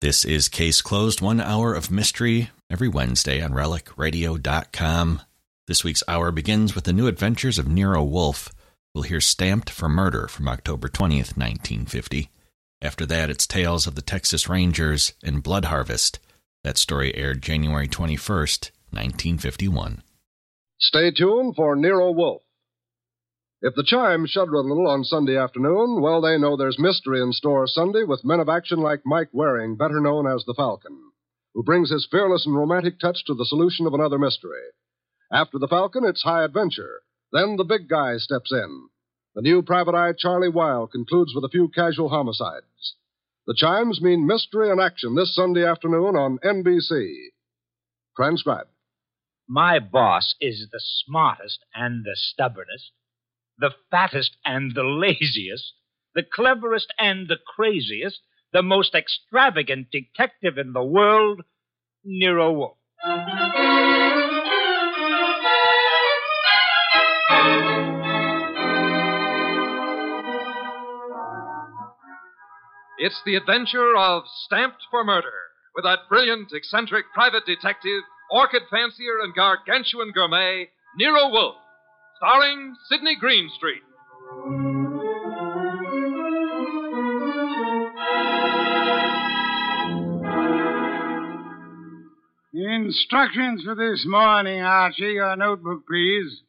This is Case Closed, one hour of mystery every Wednesday on relicradio.com. This week's hour begins with the new adventures of Nero Wolfe. We'll hear Stamped for Murder from October 20th, 1950. After that, it's Tales of the Texas Rangers and Blood Harvest. That story aired January 21st, 1951. Stay tuned for Nero Wolf. If the chimes shudder a little on Sunday afternoon, well, they know there's mystery in store Sunday with men of action like Mike Waring, better known as the Falcon, who brings his fearless and romantic touch to the solution of another mystery. After the Falcon, it's high adventure. Then the big guy steps in. The new private eye, Charlie Weil, concludes with a few casual homicides. The chimes mean mystery and action this Sunday afternoon on NBC. Transcribed. My boss is the smartest and the stubbornest, the fattest and the laziest, the cleverest and the craziest, the most extravagant detective in the world, Nero Wolfe. It's the adventure of Stamped for Murder with that brilliant, eccentric private detective, orchid fancier, and gargantuan gourmet, Nero Wolfe, starring Sidney Greenstreet. Instructions for this morning, Archie. Your notebook, please.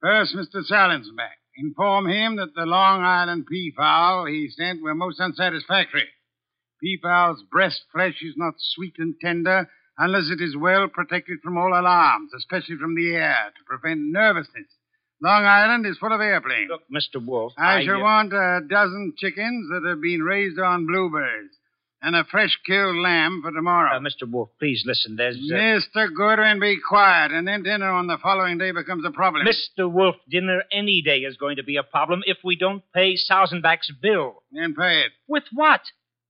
First, Mr. Salinsbeck. Inform him that the Long Island peafowl he sent were most unsatisfactory. Peafowl's breast flesh is not sweet and tender unless it is well protected from all alarms, especially from the air, to prevent nervousness. Long Island is full of airplanes. Look, Mr. Wolfe, I, I uh, shall want a dozen chickens that have been raised on bluebirds and a fresh killed lamb for tomorrow. Uh, Mr. Wolfe, please listen. There's. Uh, Mr. Goodwin, be quiet, and then dinner on the following day becomes a problem. Mr. Wolfe, dinner any day is going to be a problem if we don't pay Sausenbach's bill. Then pay it. With what?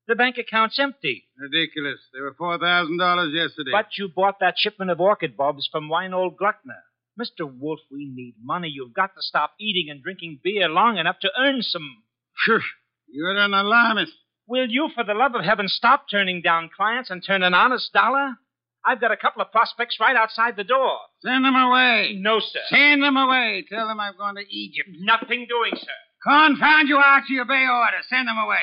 The bank account's empty. Ridiculous. They were four thousand dollars yesterday. But you bought that shipment of orchid bulbs from Reinhold Gluckner. Mr. Wolfe, we need money. You've got to stop eating and drinking beer long enough to earn some. Phew, you're an alarmist. Will you, for the love of heaven, stop turning down clients and turn an honest dollar? I've got a couple of prospects right outside the door. Send them away. No, sir. Send them away. Tell them I've gone to Egypt. Nothing doing, sir. Confound you, Archie. Obey order. Send them away.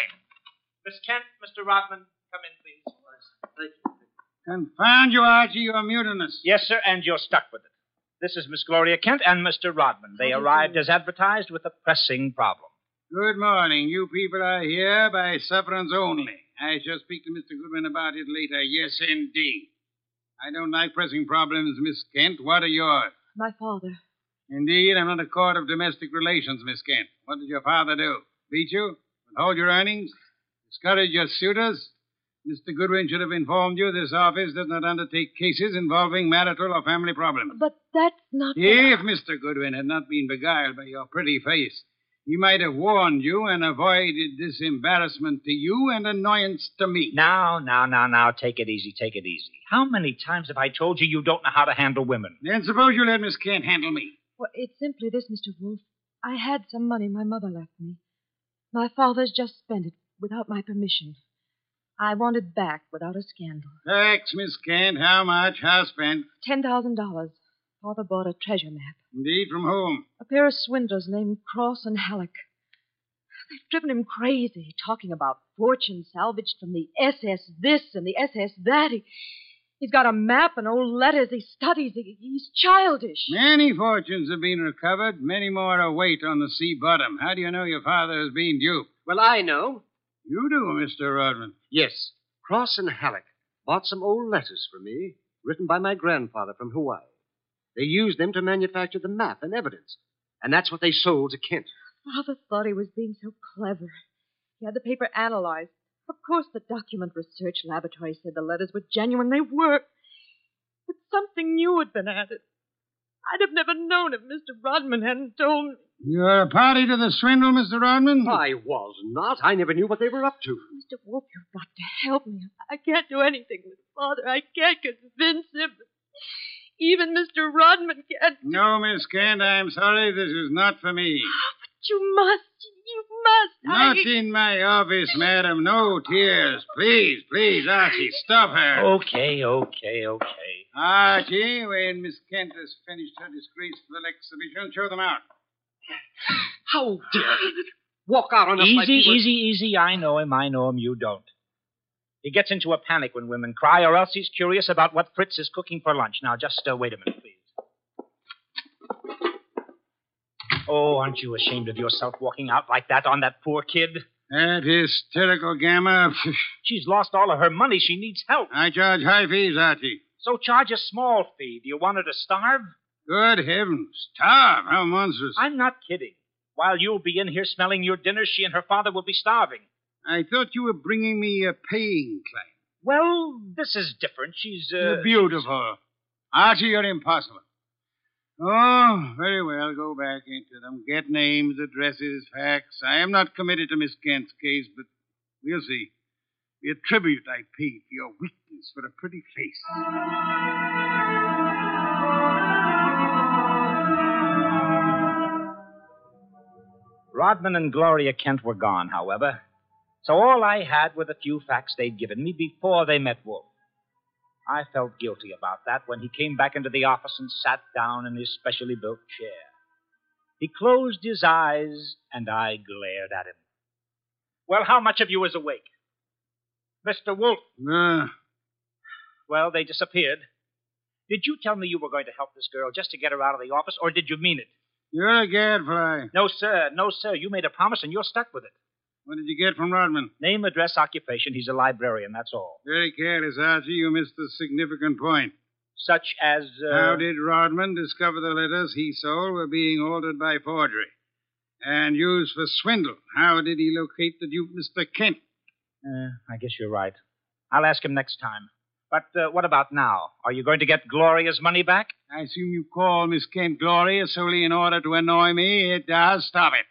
Miss Kent, Mr. Rodman, come in, please. Thank you. Confound you, Archie. You're mutinous. Yes, sir, and you're stuck with it. This is Miss Gloria Kent and Mr. Rodman. Oh, They arrived as advertised with a pressing problem. Good morning. You people are here by sufferance only. I shall speak to Mr. Goodwin about it later. Yes, indeed. I don't like pressing problems, Miss Kent. What are yours? My father. Indeed, I'm not a court of domestic relations, Miss Kent. What did your father do? Beat you? Withhold your earnings? Discourage your suitors? Mr. Goodwin should have informed you this office does not undertake cases involving marital or family problems. But that's not. If Mr. Goodwin had not been beguiled by your pretty face, he might have warned you and avoided this embarrassment to you and annoyance to me. Now, now, now, now, take it easy, take it easy. How many times have I told you you don't know how to handle women? Then suppose you let Miss Kent handle me. Well, it's simply this, Mr. Wolfe. I had some money my mother left me. My father's just spent it without my permission. I want it back without a scandal. Thanks, Miss Kent. How much? How spent? Ten thousand dollars. Father bought a treasure map. Indeed, from whom? A pair of swindlers named Cross and Halleck. They've driven him crazy, talking about fortune salvaged from the SS this and the SS that. He, he's got a map and old letters he studies. He, he's childish. Many fortunes have been recovered. Many more await on the sea bottom. How do you know your father has been duped? Well, I know. You do, Mr. Rodman. Yes, Cross and Halleck bought some old letters for me, written by my grandfather from Hawaii. They used them to manufacture the map and evidence, and that's what they sold to Kent. Father thought he was being so clever. He had the paper analyzed. Of course, the document research laboratory said the letters were genuine. They were. But something new had been added. I'd have never known if Mr. Rodman hadn't told me. You're a party to the swindle, Mr. Rodman? I was not. I never knew what they were up to. Mr. Wolf, you've got to help me. I can't do anything with Father. I can't convince him. Even Mr. Rodman can't. No, Miss Kent, I'm sorry. This is not for me. But you must. You must. Not I... in my office, madam. No tears. Please, please, Archie, stop her. Okay, okay, okay. Archie, when Miss Kent has finished her disgraceful exhibition, show them out. How dare you walk out on us like Easy, we were- easy, easy. I know him. I know him. You don't. He gets into a panic when women cry, or else he's curious about what Fritz is cooking for lunch. Now, just uh, wait a minute, please. Oh, aren't you ashamed of yourself walking out like that on that poor kid? That hysterical gamma. She's lost all of her money. She needs help. I charge high fees, Archie. So charge a small fee. Do you want her to starve? Good heavens. Starve. How monstrous. I'm not kidding. While you'll be in here smelling your dinner, she and her father will be starving. I thought you were bringing me a paying client. Well, this is different. She's uh, You're beautiful. Archie, you're impossible. Oh, very well. Go back into them. Get names, addresses, facts. I am not committed to Miss Kent's case, but we'll see. The tribute I paid for your weakness for a pretty face. Rodman and Gloria Kent were gone, however, so all I had were the few facts they'd given me before they met Wolf. I felt guilty about that when he came back into the office and sat down in his specially built chair. He closed his eyes, and I glared at him. Well, how much of you is awake? Mr. Wolf, Ah, well, they disappeared. Did you tell me you were going to help this girl just to get her out of the office, or did you mean it? you're a gadfly. No, sir, no, sir. You made a promise, and you're stuck with it. What did you get from Rodman? Name, address, occupation. He's a librarian, that's all. Very careless, Archie. You missed a significant point. Such as. Uh, How did Rodman discover the letters he sold were being altered by forgery and used for swindle? How did he locate the dupe, Mr. Kent? Uh, I guess you're right. I'll ask him next time. But uh, what about now? Are you going to get Gloria's money back? I assume you call Miss Kent Gloria solely in order to annoy me. It does. Stop it.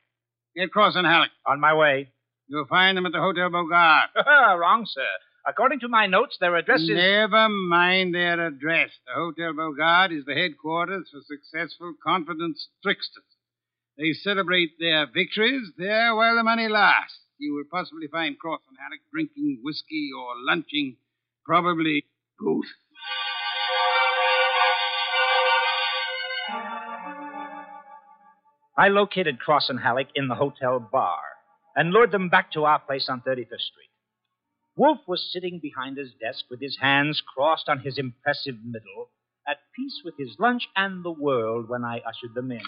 Get Cross and Halleck. On my way. You'll find them at the Hotel Bogart. Wrong, sir. According to my notes, their address is. Never mind their address. The Hotel Bogart is the headquarters for successful confidence tricksters. They celebrate their victories there while the money lasts. You will possibly find Cross and Haddock drinking whiskey or lunching, probably both. I located Cross and Halleck in the hotel bar and lured them back to our place on 35th Street. Wolf was sitting behind his desk with his hands crossed on his impressive middle, at peace with his lunch and the world when I ushered them in.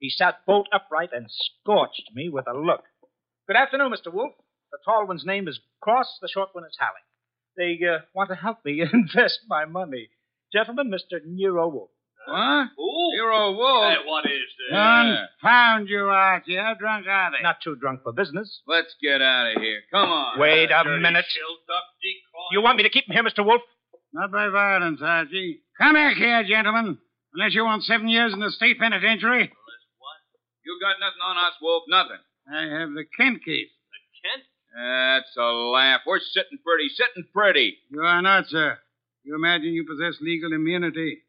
He sat bolt upright and scorched me with a look. Good afternoon, Mr. Wolf. The tall one's name is Cross, the short one is Halleck. They uh, want to help me invest my money. Gentlemen, Mr. Nero Wolf. What? You're a wolf. Hey, what is this? Confound you, Archie. How drunk are they? Not too drunk for business. Let's get out of here. Come on. Wait a minute. You want me to keep him here, Mr. Wolf? Not by violence, Archie. Come back here, gentlemen. Unless you want seven years in the state penitentiary, You got nothing on us, Wolf. Nothing. I have the Kent case. That's a laugh. We're sitting pretty, sitting pretty. You are not, sir. You imagine you possess legal immunity.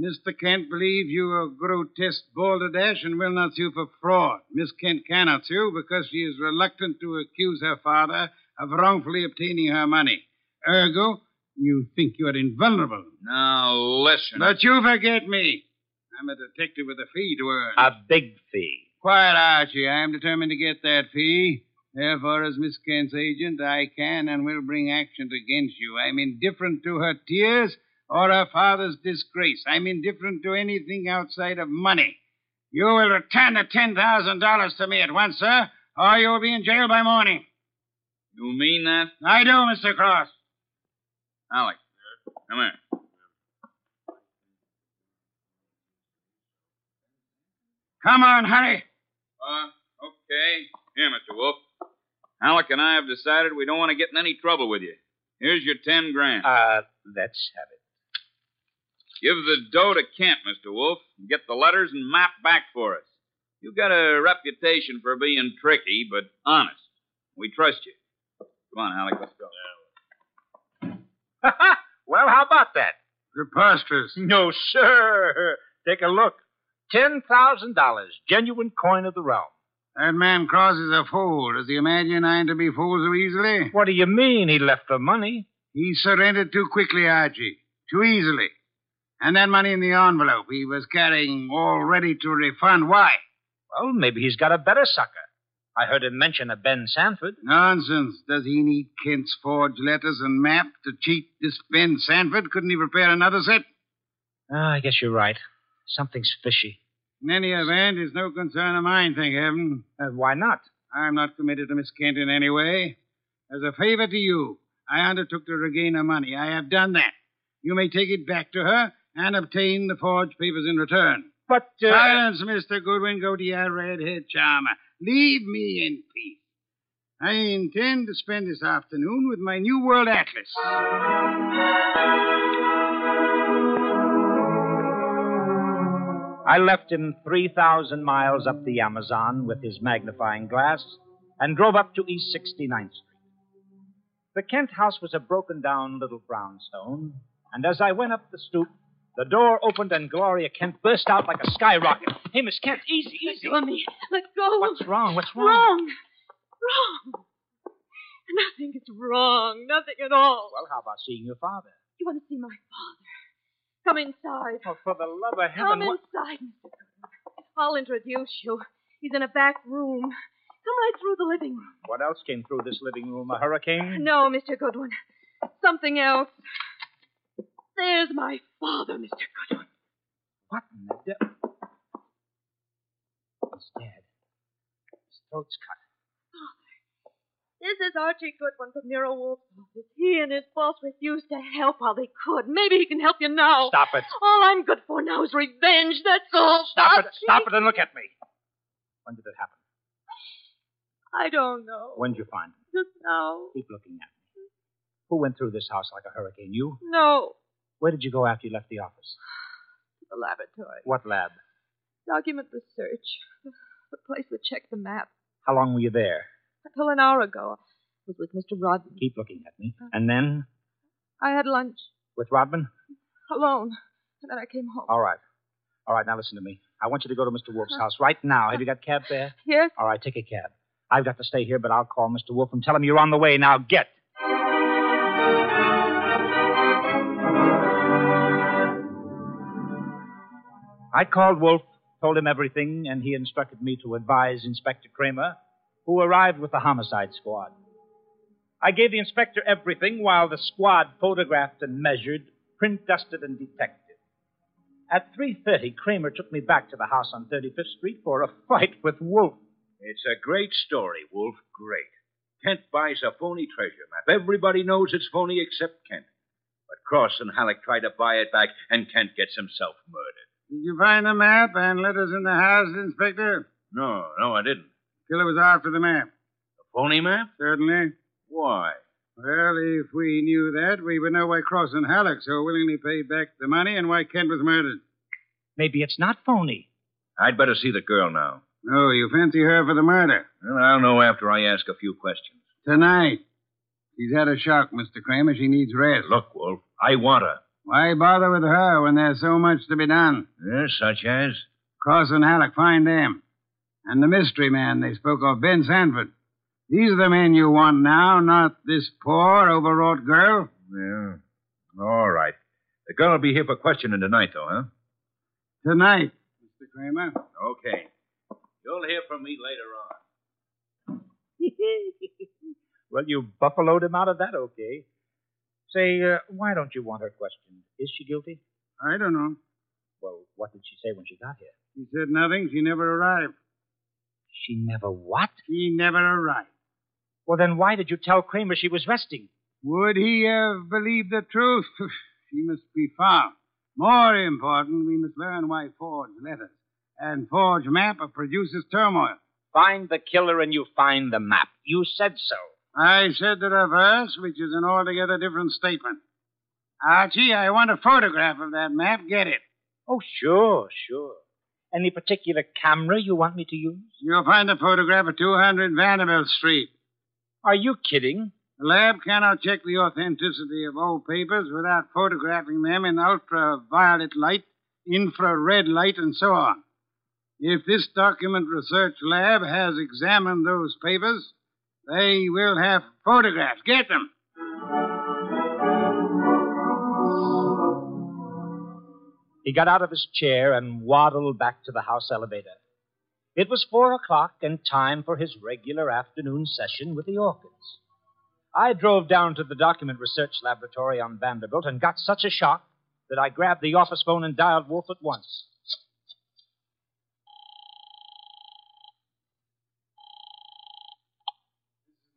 Mr. Kent believes you a grotesque balderdash and will not sue for fraud. Miss Kent cannot sue because she is reluctant to accuse her father of wrongfully obtaining her money. Ergo, you think you are invulnerable. Now listen. But you forget me. I'm a detective with a fee to earn. A big fee. Quiet, Archie. I am determined to get that fee. Therefore, as Miss Kent's agent, I can and will bring action against you. I'm indifferent to her tears or her father's disgrace. I'm indifferent to anything outside of money. You will return the $10,000 to me at once, sir, or you will be in jail by morning. you mean that? I do, Mr. Cross. Alec, come here. Come on, hurry. Uh, okay. Here, Mr. Wolf. Alec and I have decided we don't want to get in any trouble with you. Here's your ten grand. Uh, let's have it. Give the dough to Kent, Mr. Wolf, and get the letters and map back for us. You got a reputation for being tricky, but honest. We trust you. Come on, Alec, let's go. well, how about that? Preposterous. No, sir. Take a look. $10,000, genuine coin of the realm. That man crosses a fool. Does he imagine I'm to be fooled so easily? What do you mean he left the money? He surrendered too quickly, Archie. Too easily. And that money in the envelope he was carrying all ready to refund. Why? Well, maybe he's got a better sucker. I heard him mention a Ben Sanford. Nonsense. Does he need Kent's forged letters and map to cheat this Ben Sanford? Couldn't he prepare another set? Ah, I guess you're right. Something's fishy. In any event, it's no concern of mine, thank heaven. Uh, why not? I'm not committed to Miss Kent in any way. As a favor to you, I undertook to regain her money. I have done that. You may take it back to her and obtain the forged papers in return. But uh, Silence, Mr. Goodwin. Go to your red-haired charmer. Leave me in peace. I intend to spend this afternoon with my New World Atlas. I left him 3,000 miles up the Amazon with his magnifying glass and drove up to East 69th Street. The Kent house was a broken down little brownstone, and as I went up the stoop, the door opened and Gloria Kent burst out like a skyrocket. Hey, Miss Kent, easy, easy. Let me. Let go. What's wrong? What's wrong? Wrong. Wrong. Nothing is wrong. Nothing at all. Well, how about seeing your father? You want to see my father? Come inside. Oh, for the love of heaven. Come what- inside, Mr. Goodwin. I'll introduce you. He's in a back room. Come right through the living room. What else came through this living room? A hurricane? No, Mr. Goodwin. Something else. There's my father, Mr. Goodwin. What in the devil? He's dead. His throat's cut. This is Archie Goodwin from Nero Wolf's office. He and his boss refused to help while they could. Maybe he can help you now. Stop it. All I'm good for now is revenge, that's all. Stop it. Archie. Stop it and look at me. When did it happen? I don't know. When did you find him? Just now. Keep looking at me. Who went through this house like a hurricane? You? No. Where did you go after you left the office? The laboratory. What lab? Document research. The place that checked the map. How long were you there? Until an hour ago, I was with Mr. Rodman. Keep looking at me. And then? I had lunch With Rodman? alone, and then I came home. All right. All right, now listen to me. I want you to go to Mr. Wolf's house right now. Have you got cab fare? Yes? All right, take a cab. I've got to stay here, but I'll call Mr. Wolf and tell him you're on the way. Now get. I called Wolf, told him everything, and he instructed me to advise Inspector Kramer, who arrived with the homicide squad. I gave the inspector everything while the squad photographed and measured, print dusted and detected. At 3:30, Kramer took me back to the house on 35th Street for a fight with Wolf. It's a great story, Wolf. Great. Kent buys a phony treasure map. Everybody knows it's phony except Kent. But Cross and Halleck try to buy it back, and Kent gets himself murdered. Did you find the map and letters in the house, Inspector? No, no, I didn't. Killer was after the map. A phony map? Certainly. Why? Well, if we knew that, we would know why Cross and Halleck so willingly paid back the money and why Kent was murdered. Maybe it's not phony. I'd better see the girl now. No, you fancy her for the murder. Well, I'll know after I ask a few questions. Tonight. She's had a shock, Mr. Kramer. She needs rest. Look, Wolf, I want her. Why bother with her when there's so much to be done? Yes, such as? Cross and Halleck, find them. And the mystery man they spoke of, Ben Sanford. These are the men you want now, not this poor, overwrought girl. Yeah. All right. The girl will be here for questioning tonight, though, huh? Tonight, Mr. Kramer. Okay. You'll hear from me later on. well, you buffaloed him out of that, okay. Say, uh, why don't you want her questioned? Is she guilty? I don't know. Well, what did she say when she got here? She said nothing. She never arrived. She never what? She never arrived. Well, then why did you tell Kramer she was resting? Would he have believed the truth? she must be found. More important, we must learn why forged letters and forged map produces turmoil. Find the killer and you find the map. You said so. I said the reverse, which is an altogether different statement. Archie, I want a photograph of that map. Get it. Oh, sure, sure. Any particular camera you want me to use? You'll find the photograph at 200 Vanderbilt Street. Are you kidding? The lab cannot check the authenticity of old papers without photographing them in ultraviolet light, infrared light, and so on. If this document research lab has examined those papers, they will have photographs. Get them. He got out of his chair and waddled back to the house elevator. It was four o'clock and time for his regular afternoon session with the orchids. I drove down to the document research laboratory on Vanderbilt and got such a shock that I grabbed the office phone and dialed Wolf at once.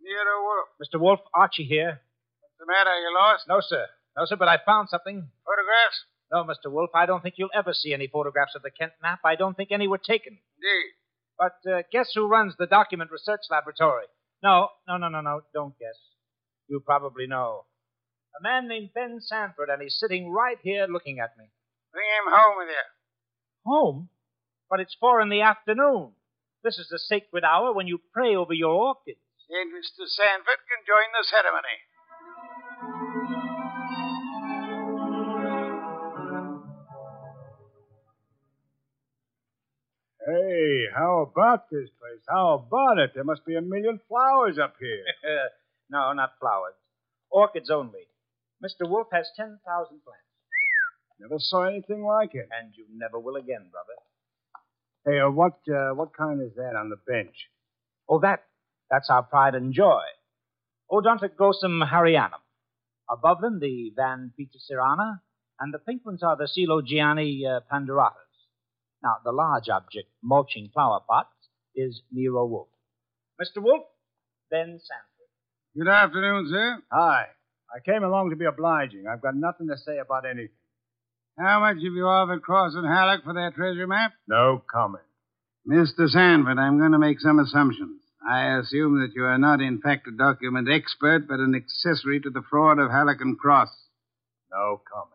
Nero Wolf. Mr. Wolf, Archie here. What's the matter? You lost? No, sir. No, sir, but I found something. Photographs? No, Mr. Wolf, I don't think you'll ever see any photographs of the Kent map. I don't think any were taken. Indeed. But uh, guess who runs the document research laboratory? No, no, no, no, no. Don't guess. You probably know. A man named Ben Sanford, and he's sitting right here looking at me. Bring him home with you. Home? But it's four in the afternoon. This is the sacred hour when you pray over your orchids. Then Mr. Sanford can join the ceremony. Hey, how about this place? How about it? There must be a million flowers up here. no, not flowers. Orchids only. Mr. Wolf has 10,000 plants. Never saw anything like it. And you never will again, brother. Hey, uh, what uh, what kind is that on the bench? Oh, that. That's our pride and joy. Oh, Odontoglossum harianum. Above them, the Van Petersirana, and the pink ones are the Celogiani uh, panderatas. Now, the large object, mulching flower pots, is Nero Wolf. Mr. Wolf, Ben Sanford. Good afternoon, sir. Hi. I came along to be obliging. I've got nothing to say about anything. How much have you offered Cross and Halleck for their treasure map? No comment. Mr. Sanford, I'm going to make some assumptions. I assume that you are not, in fact, a document expert, but an accessory to the fraud of Halleck and Cross. No comment.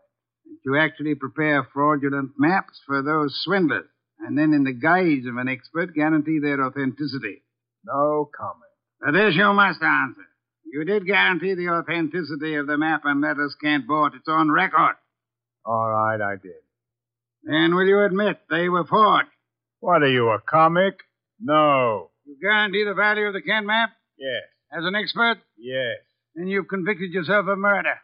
That you actually prepare fraudulent maps for those swindlers, and then, in the guise of an expert, guarantee their authenticity. No comment. But this you must answer. You did guarantee the authenticity of the map, and letters can't board. It's on record. All right, I did. Then will you admit they were forged? What are you, a comic? No. You guarantee the value of the Kent map? Yes. As an expert? Yes. Then you've convicted yourself of murder.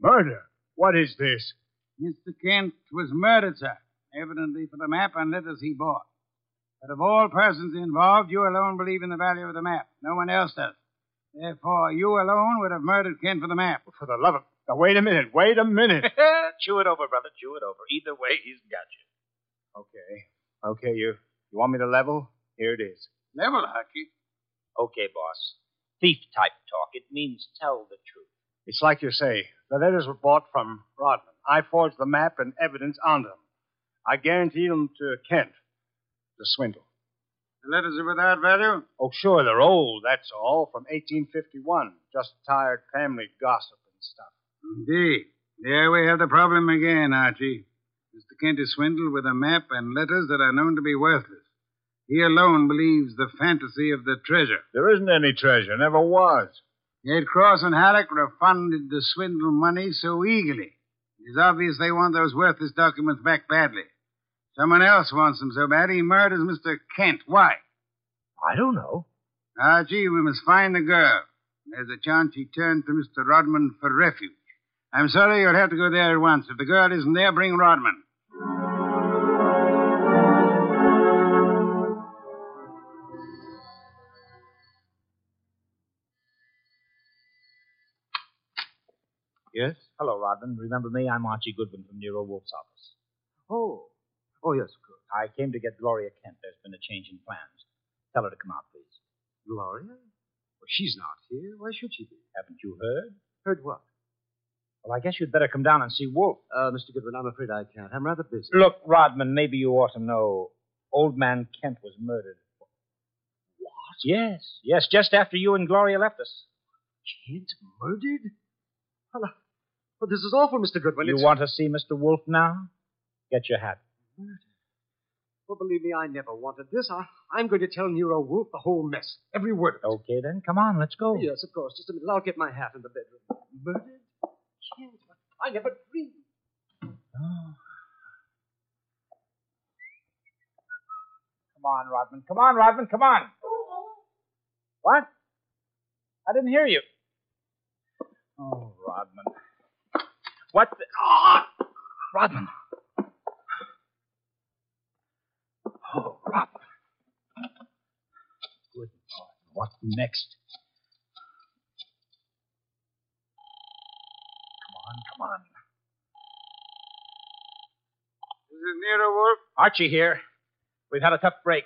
Murder? What is this? Mr. Kent was murdered, sir, evidently for the map and letters he bought. But of all persons involved, you alone believe in the value of the map. No one else does. Therefore, you alone would have murdered Kent for the map. For the love of. Now, wait a minute. Wait a minute. chew it over, brother. Chew it over. Either way, he's got you. Okay. Okay, you. You want me to level? Here it is. Level, Hucky. Okay, boss. Thief type talk. It means tell the truth. It's like you say. The letters were bought from Rodman. I forged the map and evidence on them. I guaranteed them to Kent. The swindle. The letters are without value? Oh, sure, they're old, that's all, from 1851. Just tired family gossip and stuff. Indeed. There we have the problem again, Archie. Mr. Kent is swindled with a map and letters that are known to be worthless. He alone believes the fantasy of the treasure. There isn't any treasure, never was. Yet Cross and Halleck refunded the swindle money so eagerly. It is obvious they want those worthless documents back badly. Someone else wants them so bad he murders Mr. Kent. Why? I don't know. Archie, we must find the girl. There's a chance he turned to Mr. Rodman for refuge. I'm sorry you'll have to go there at once. If the girl isn't there, bring Rodman. Yes? Hello, Rodman. Remember me? I'm Archie Goodwin from Nero Wolf's office. Oh. Oh, yes, good. I came to get Gloria Kent. There's been a change in plans. Tell her to come out, please. Gloria? Well, she's not here. Why should she be? Haven't you heard? Heard what? Well, I guess you'd better come down and see Wolf. Uh, Mr. Goodwin, I'm afraid I can't. I'm rather busy. Look, Rodman, maybe you ought to know. Old man Kent was murdered. What? Yes, yes, just after you and Gloria left us. Kent murdered? Hello. Well, this is awful, Mr. Goodwin. You It's- want to see Mr. Wolf now? Get your hat. Murder. Well, Oh, believe me, I never wanted this. I, I'm going to tell Nero Wolf the whole mess, every word. of it. Okay, then. Come on, let's go. Oh, Yes, of course. Just a minute. I'll get my hat in the bedroom. Murdered? Killed? I never dreamed. Oh. on, Rodman. Come on, Rodman. Come on. What? I didn't hear you. Oh, Rodman. What the. Oh, Rodman. Oh, Rodman. Good Lord. What next? Come on, come on. This is Nero Wolf. Archie here. We've had a tough break.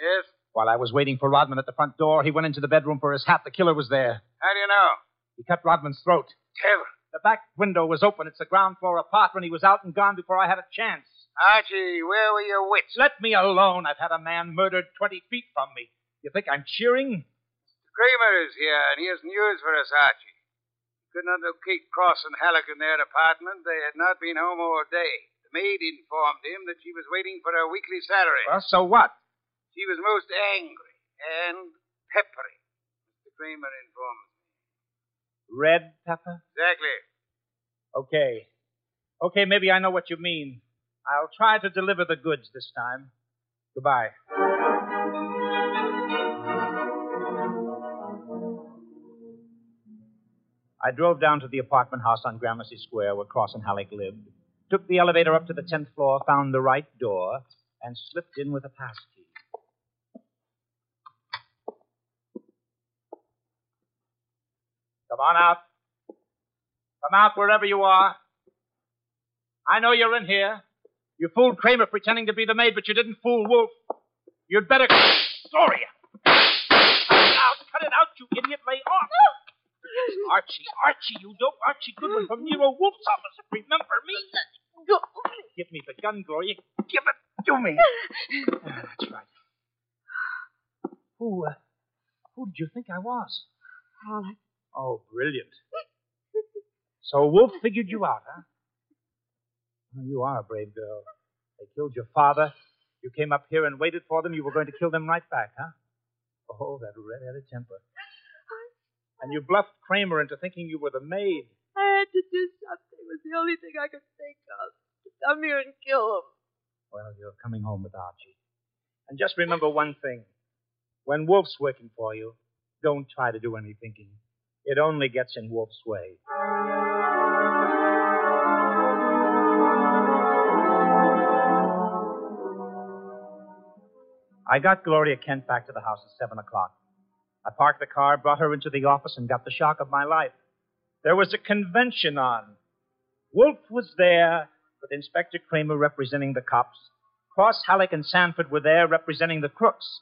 Yes? While I was waiting for Rodman at the front door, he went into the bedroom for his hat. The killer was there. How do you know? He cut Rodman's throat. Devil. The back window was open. It's a ground floor apartment. He was out and gone before I had a chance. Archie, where were your wits? Let me alone. I've had a man murdered 20 feet from me. You think I'm cheering? Kramer is here, and he has news for us, Archie. Could not locate Cross and Halleck in their apartment. They had not been home all day. The maid informed him that she was waiting for her weekly salary. Well, so what? She was most angry and peppery, Mr. Kramer informed me. Red pepper? Exactly. Okay. Okay, maybe I know what you mean. I'll try to deliver the goods this time. Goodbye. I drove down to the apartment house on Gramercy Square where Cross and Halleck lived, took the elevator up to the 10th floor, found the right door, and slipped in with a passkey. Come on out. Come out wherever you are. I know you're in here. You fooled Kramer pretending to be the maid, but you didn't fool Wolf. You'd better. Gloria! Cut it out! Cut it out, you idiot! Lay off! Archie, Archie, you dope. Archie Goodwin from Nero Wolf's office. Remember me? Go. Give me the gun, Gloria. Give it to me. Ah, That's right. Who, uh, who did you think I was? Alec, Oh, brilliant. So Wolf figured you out, huh? Well, you are a brave girl. They killed your father. You came up here and waited for them. You were going to kill them right back, huh? Oh, that red-headed temper. And you bluffed Kramer into thinking you were the maid. I had to do something. It was the only thing I could think of. To come here and kill him. Well, you're coming home with Archie. And just remember one thing. When Wolf's working for you, don't try to do any thinking. It only gets in Wolf's way. I got Gloria Kent back to the house at 7 o'clock. I parked the car, brought her into the office, and got the shock of my life. There was a convention on. Wolf was there with Inspector Kramer representing the cops. Cross, Halleck, and Sanford were there representing the crooks.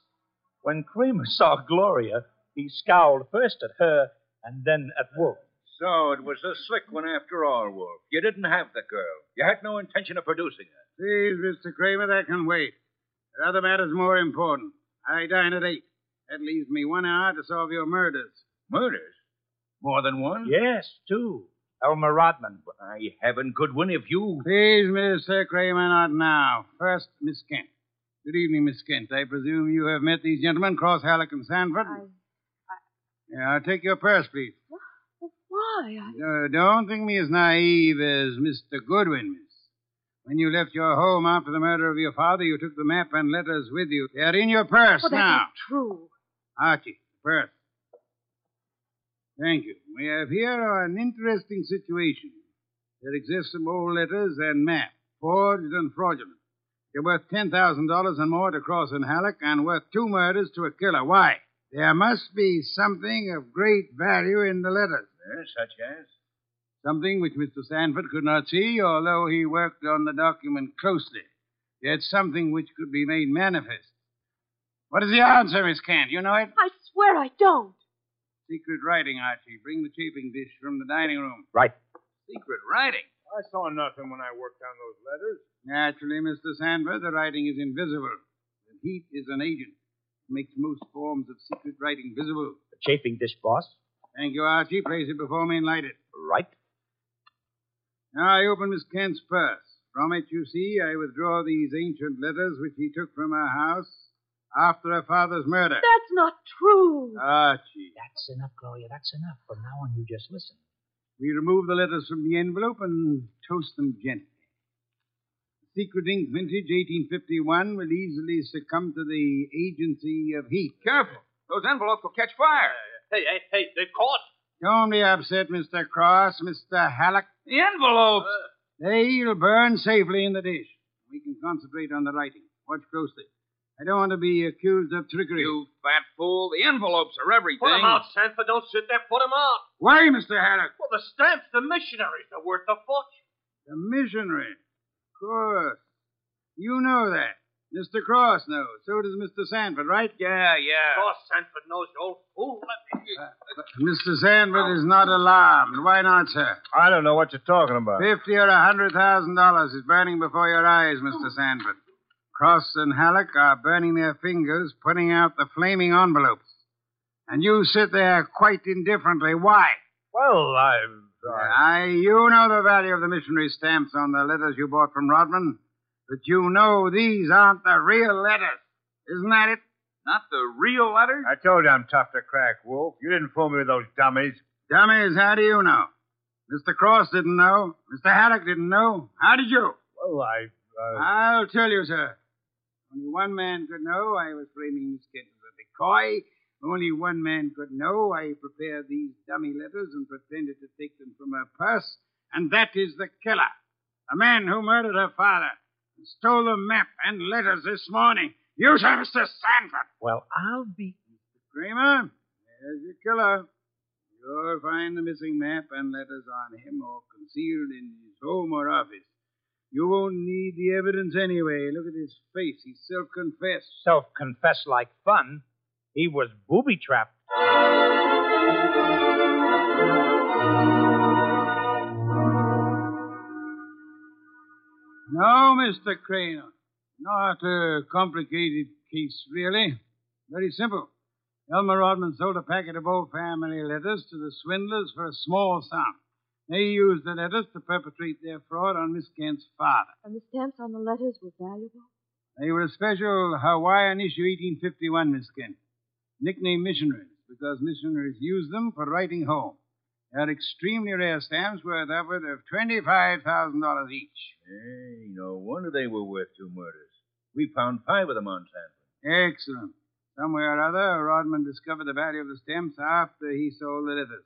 When Kramer saw Gloria, he scowled first at her and then at Wolf. So it was a slick one after all, Wolf. You didn't have the girl. You had no intention of producing her. Please, Mr. Kramer, that can wait. There are other matters more important. I dine at eight. That leaves me one hour to solve your murders. Murders? More than one? Yes, two. Elmer Rodman. By heaven, Goodwin, if you. Please, Mr. Kramer, not now. First, Miss Kent. Good evening, Miss Kent. I presume you have met these gentlemen, Cross, Halleck, and Sanford. I. Yeah, I'll take your purse, please. Well, why? I. Uh, don't think me as naive as Mr. Goodwin, miss. When you left your home after the murder of your father, you took the map and letters with you. They're in your Oh, purse Well, that's now. not true. Archie, purse. Thank you. We have here an interesting situation. There exist some old letters and map, forged and fraudulent. They're worth $10,000 and more to Cross and Halleck, and worth two murders to a killer. Why? There must be something of great value in the letters. Yes, such as? Something which Mr. Sanford could not see, although he worked on the document closely. Yet something which could be made manifest. What is the answer, Miss Kent? You know it? I swear I don't. Secret writing, Archie. Bring the chafing dish from the dining room. Right. Secret writing? I saw nothing when I worked on those letters. Naturally, Mr. Sanford, the writing is invisible. The heat is an agent. It makes most forms of secret writing visible. The chafing dish, boss. Thank you, Archie. Place it before me and light it. Right. Now I open Miss Kent's purse. From it, you see, I withdraw these ancient letters which he took from her house after her father's murder. That's not true. Uh, Archie, That's enough, Gloria. That's enough. From now on, you just listen. we remove the letters from the envelope and toast them gently. Secret ink vintage 1851 will easily succumb to the agency of heat. Careful. Those envelopes will catch fire. Hey, hey, hey, they've caught. Don't be upset, Mr. Cross, Mr. Halleck. The envelopes. They'll burn safely in the dish. We can concentrate on the writing. Watch closely. I don't want to be accused of trickery. You fat fool. The envelopes are everything. Put 'em out, Sanford. Don't sit there. Put them out. Why, Mr. Haddock? Well, the stamps, the missionaries, they're worth a fortune. The missionary. Of course. You know that. Mr. Cross knows. So does Mr. Sanford, right? Yeah, yeah. Of course, Sanford knows you old fool. Let me... Mr. Sanford is not alarmed. Why not, sir? I don't know what you're talking about. Fifty or a hundred thousand dollars is burning before your eyes, Mr. Sanford. Cross and Halleck are burning their fingers, putting out the flaming envelopes. And you sit there quite indifferently. Why? Well, I. I, you know the value of the missionary stamps on the letters you bought from Rodman, but you know these aren't the real letters. Isn't that it? Not the real letters? I told you I'm tough to crack, Wolf. You didn't fool me with those dummies. Dummies, how do you know? Mr. Cross didn't know. Mr. Haddock didn't know. How did you? Well, I. uh, Ah, I'll tell you, sir. Only one man could know I was framing this kid as a decoy. Only one man could know I prepared these dummy letters and pretended to take them from her purse, and that is the killer. The man who murdered her father and stole the map and letters this morning. You, sir, Mr. Sanford. Well, I'll be. Kramer, there's your killer. You'll find the missing map and letters on him or concealed in his home or office. You won't need the evidence anyway. Look at his face. He's self confessed. Self confessed like fun. He was booby trapped. No, Mr. Crane. Not a complicated case, really. Very simple. Elmer Rodman sold a packet of old family letters to the swindlers for a small sum. They used the letters to perpetrate their fraud on Miss Kent's father. And the stamps on the letters were valuable? They were a special Hawaiian issue 1851, Miss Kent. Nicknamed missionaries because missionaries used them for writing home. They're extremely rare stamps worth upward of $25,000 each. Hey, Eh, no wonder they were worth two murders. We found five of them on Sanford. Excellent. Somewhere or other, Rodman discovered the value of the stamps after he sold the letters.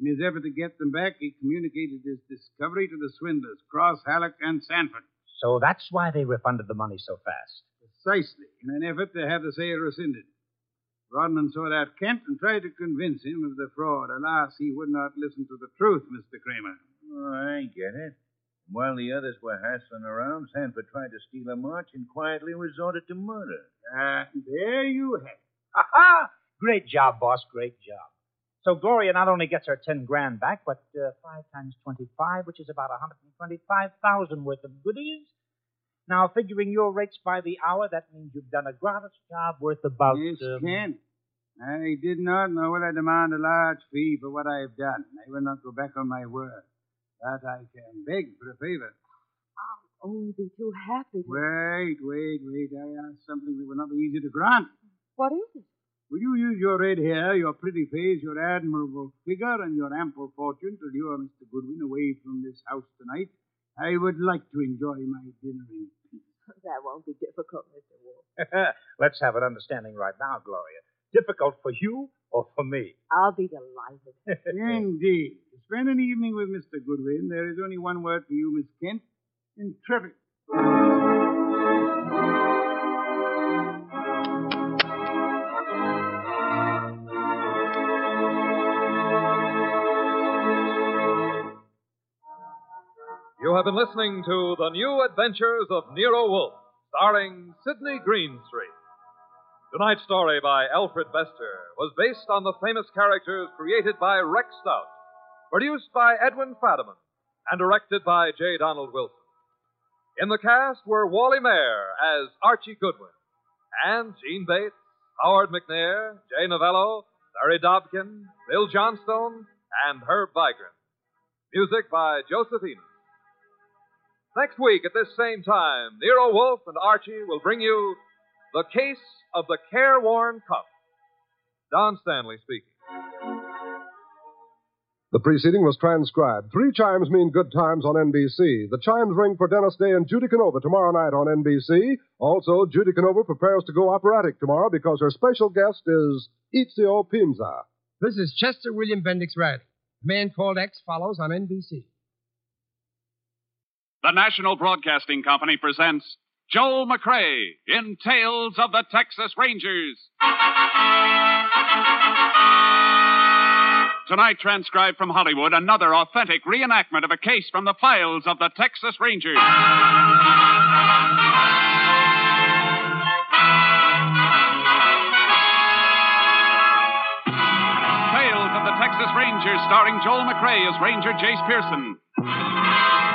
In his effort to get them back, he communicated his discovery to the swindlers, Cross, Halleck, and Sanford. So that's why they refunded the money so fast. Precisely, in an effort to have the sale rescinded. Rodman sought out Kent and tried to convince him of the fraud. Alas, he would not listen to the truth, Mr. Kramer. Oh, I get it. While the others were hassling around, Sanford tried to steal a march and quietly resorted to murder. Ah, there you have it. Ha ha! Great job, boss. Great job. So Gloria not only gets her ten grand back, but uh, five times twenty-five, which is about one hundred and twenty-five thousand worth of goodies. Now, figuring your rates by the hour, that means you've done a gratis job worth about. Yes, um, Kent. I did not, nor will I demand a large fee for what I have done. I will not go back on my word. But I can beg for a favor. I'll only be too happy. Wait, wait, wait. I ask something that will not be easy to grant. What is it? Will you use your red hair, your pretty face, your admirable figure, and your ample fortune to lure Mr. Goodwin away from this house tonight? I would like to enjoy my dinner in peace. That won't be difficult, Mr. Wolf. Let's have an understanding right now, Gloria. Difficult for you or for me? I'll be delighted. Indeed. To spend an evening with Mr. Goodwin, there is only one word for you, Miss Kent. Intrepid. You have been listening to The New Adventures of Nero Wolfe, starring Sidney Greenstreet. Tonight's story by Alfred Bester was based on the famous characters created by Rex Stout, produced by Edwin Fadiman, and directed by J. Donald Wilson. In the cast were Wally Mayer as Archie Goodwin, and Gene Bates, Howard McNair, Jay Novello, Larry Dobkin, Bill Johnstone, and Herb Vigran. Music by Josephine. Next week at this same time, Nero Wolf and Archie will bring you The Case of the Careworn Cup. Don Stanley speaking. The preceding was transcribed. Three chimes mean good times on NBC. The chimes ring for Dennis Day and Judy Canova tomorrow night on NBC. Also, Judy Canova prepares to go operatic tomorrow because her special guest is Itzio Pinza. This is Chester William Bendix Riley. The man called X follows on NBC. The National Broadcasting Company presents Joel McRae in Tales of the Texas Rangers. Tonight, transcribed from Hollywood, another authentic reenactment of a case from the files of the Texas Rangers. Tales of the Texas Rangers, starring Joel McRae as Ranger Jace Pearson.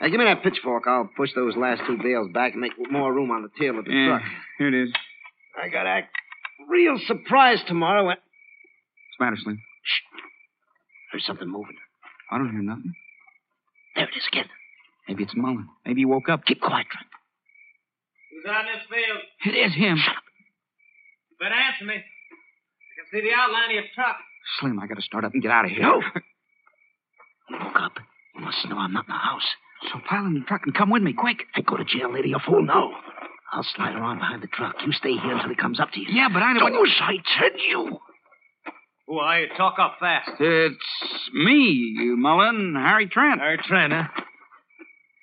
Hey, give me that pitchfork. I'll push those last two bales back and make more room on the tail of the Yeah, truck. here it is. What's I got to act real surprised tomorrow when. the matter, Slim? There's something moving. I don't hear nothing. There it is again. Maybe it's Mullen. Maybe he woke up. Keep quiet, Trent. Who's out in this field? It is him. You better answer me. I can see the outline of your truck. Slim, I gotta start up and get out of here. No. Woke up. He wants to know I'm not in the house. So pile in the truck and come with me, quick. Hey, go to jail, lady. You fool, no. I'll slide around behind the truck. You stay here until he comes up to you. Yeah, but I don't. Those I said you. Who are you? Talk up fast. It's me, Mullen, Harry Trent. Harry Trent, huh?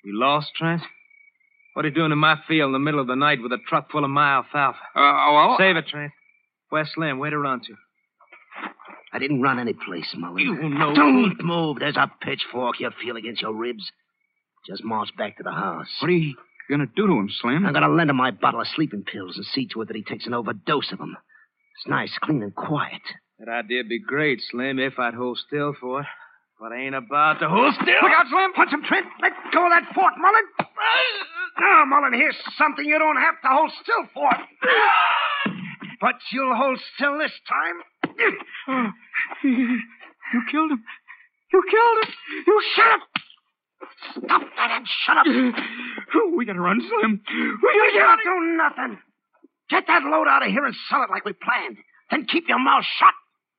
You lost, Trent? What are you doing in my field in the middle of the night with a truck full of my alfalfa? Uh, well, Save it, Trent. Where's Slim? Where'd he run to? I didn't run any place, Mullen. You know- Don't move. There's a pitchfork you feel against your ribs. Just march back to the house. What are you gonna do to him, Slim? I'm going to lend him my bottle of sleeping pills and see to it that he takes an overdose of 'em. It's nice, clean, and quiet. That idea'd be great, Slim, if I'd hold still for it. But I ain't about to hold still. Look out, Slim! Punch him, Trent! Let go of that fork, Mullen! Now, Mullen, here's something you don't have to hold still for. Oh, But you'll hold still this time. You killed him. You killed him. You shot him. Stop that and shut up. We gotta run, Slim. We gotta You get out of do nothing. Get that load out of here and sell it like we planned. Then keep your mouth shut.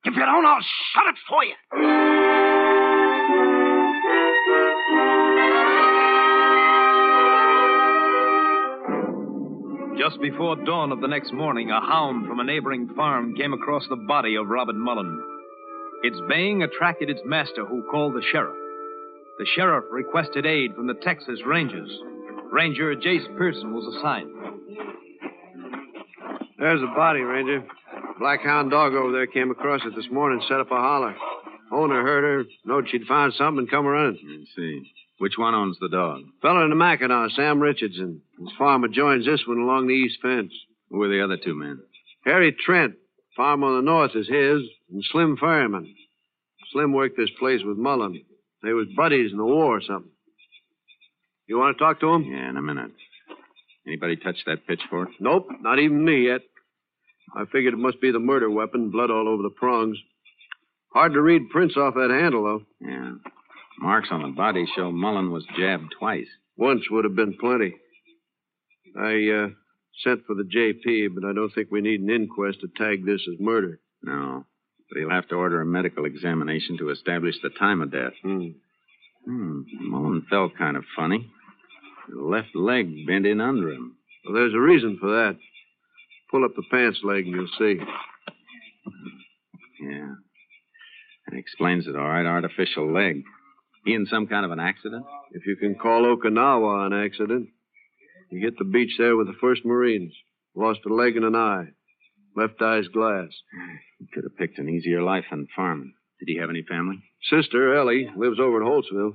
If you don't, I'll shut it for you. Just before dawn of the next morning, a hound from a neighboring farm came across the body of Robert Mullen. Its baying attracted its master, who called the sheriff. The sheriff requested aid from the Texas Rangers. Ranger Jace Pearson was assigned. There's a body, Ranger. Black hound dog over there came across it this morning, set up a holler. Owner heard her, knowed she'd found something, and come running. Let's see. Which one owns the dog? Fella in the Mackinaw, Sam Richardson. His farm adjoins this one along the east fence. Who are the other two men? Harry Trent, farm on the north is his, and Slim Ferryman. Slim worked this place with Mullen. They was buddies in the war or something. You want to talk to him? Yeah, in a minute. Anybody touch that pitchfork? Nope, not even me yet. I figured it must be the murder weapon, blood all over the prongs. Hard to read prints off that handle, though. Yeah. Marks on the body show Mullen was jabbed twice. Once would have been plenty. I uh, sent for the JP, but I don't think we need an inquest to tag this as murder. No. But he'll have to order a medical examination to establish the time of death. Hmm. Hmm. Mullen fell kind of funny. The left leg bent in under him. Well, there's a reason for that. Pull up the pants leg and you'll see. Yeah. That explains it, all right. Artificial leg. He in some kind of an accident? If you can call Okinawa an accident, you get the beach there with the first Marines. Lost a leg and an eye. Left eye's glass. He could have picked an easier life than farming. Did he have any family? Sister, Ellie, lives over at Holtzville.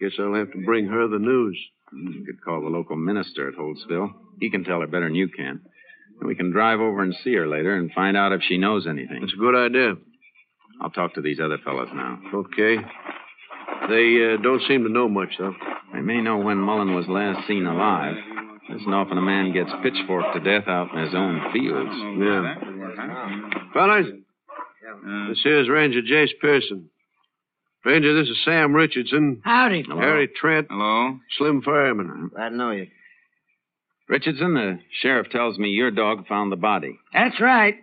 Guess I'll have to bring her the news. Hmm, You could call the local minister at Holtzville. He can tell her better than you can. And we can drive over and see her later and find out if she knows anything. It's a good idea. I'll talk to these other fellows now. Okay. They uh, don't seem to know much, though. They may know when Mullen was last seen alive. Listen, often a man gets pitchforked to death out in his own fields. Yeah. Fellas, Mm. this here's Ranger Jace Pearson. Ranger, this is Sam Richardson. Howdy. Harry Trent. Hello. Slim Fireman. I know you. Richardson, the sheriff tells me your dog found the body. That's right.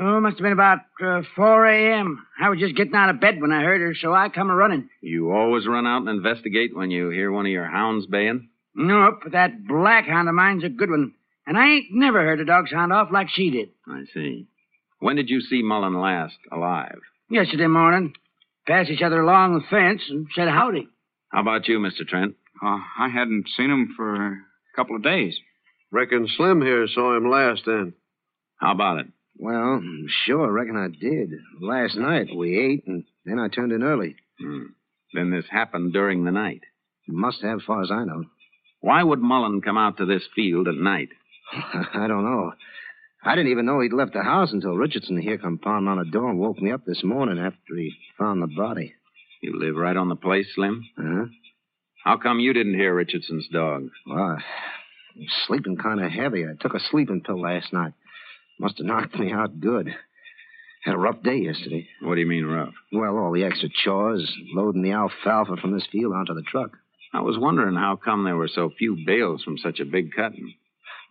Oh, must have been about uh, 4 a.m. I was just getting out of bed when I heard her, so I come a running. You always run out and investigate when you hear one of your hounds baying? Nope, but that black hound of mine's a good one. And I ain't never heard a dog sound off like she did. I see. When did you see Mullen last alive? Yesterday morning, passed each other along the fence and said howdy. How about you, Mr. Trent? Uh, I hadn't seen him for a couple of days. Reckon Slim here saw him last then. How about it? Well, sure, reckon I did. Last night we ate, and then I turned in early. Hmm. Then this happened during the night. Must have, far as I know. Why would Mullen come out to this field at night? I don't know. I didn't even know he'd left the house until Richardson here come pounding on the door and woke me up this morning after he found the body. You live right on the place, Slim? Huh? How come you didn't hear Richardson's dog? Well, I was sleeping kind of heavy. I took a sleeping pill last night. Must have knocked me out good. Had a rough day yesterday. What do you mean rough? Well, all the extra chores, loading the alfalfa from this field onto the truck. I was wondering how come there were so few bales from such a big cutting.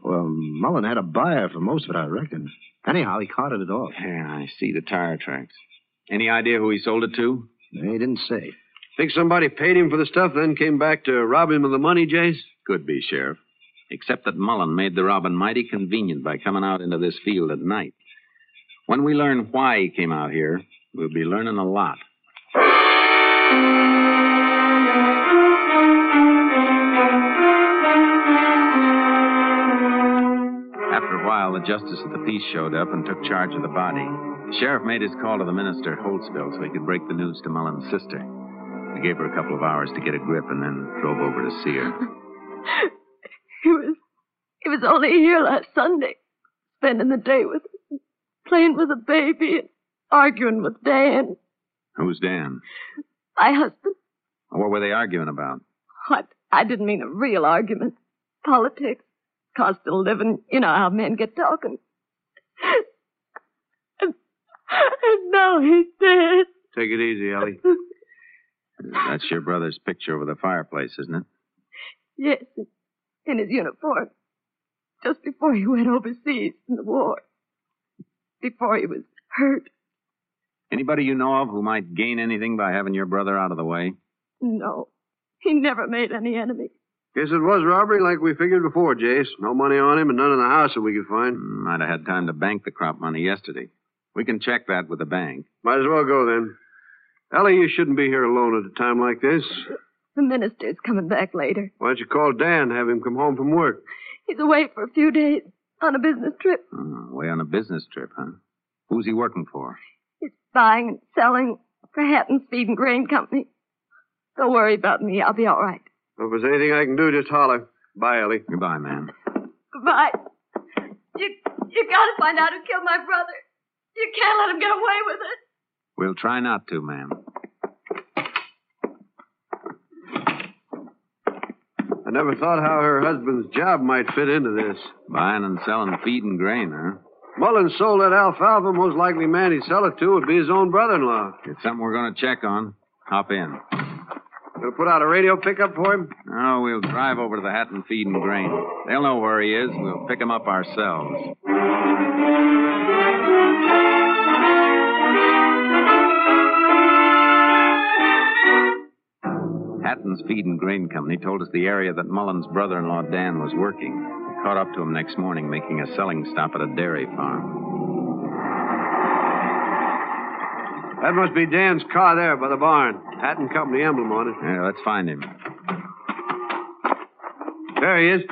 Well, Mullen had a buyer for most of it, I reckon. Anyhow, he carted it off. Yeah, I see the tire tracks. Any idea who he sold it to? They didn't say. Think somebody paid him for the stuff, then came back to rob him of the money, Jace? Could be, Sheriff. Except that Mullen made the robin mighty convenient by coming out into this field at night. When we learn why he came out here, we'll be learning a lot. After a while, the justice of the peace showed up and took charge of the body. The sheriff made his call to the minister at Holtzville so he could break the news to Mullen's sister. We gave her a couple of hours to get a grip and then drove over to see her. He was he was only here last Sunday, spending the day with playing with a baby and arguing with Dan, Who's Dan? my husband. What were they arguing about? I, I didn't mean a real argument. Politics, cost of living, you know how men get talking. And And now he's dead. Take it easy, Ellie. That's your brother's picture over the fireplace, isn't it? Yes, in his uniform. Just before he went overseas in the war. Before he was hurt. Anybody you know of who might gain anything by having your brother out of the way? No. He never made any enemies. Guess it was robbery like we figured before, Jace. No money on him and none in the house that we could find. Mm. Might have had time to bank the crop money yesterday. We can check that with the bank. Might as well go then. Ellie, you shouldn't be here alone at a time like this. The minister's coming back later. Why don't you call Dan, have him come home from work? He's away for a few days on a business trip, Away on a business trip, huh? Who's he working for? buying and selling for Hatton's Feed and Grain Company. Don't worry about me. I'll be all right. If there's anything I can do, just holler. Bye, Ellie. Goodbye, man. Goodbye. You, you gotta find out who killed my brother. You can't let him get away with it. We'll try not to, ma'am. I never thought how her husband's job might fit into this. Buying and selling feed and grain, huh? Mullins sold that alfalfa. Most likely man he'd sell it to would be his own brother-in-law. It's something we're going to check on. Hop in. Gonna put out a radio pickup for him? Oh, we'll drive over to the Hatton Feed and Grain. They'll know where he is. We'll pick him up ourselves. Hatton's Feed and Grain Company told us the area that Mullen's brother in law Dan was working. We caught up to him next morning making a selling stop at a dairy farm. That must be Dan's car there by the barn. Hatton Company emblem on it. Yeah, let's find him. There he is.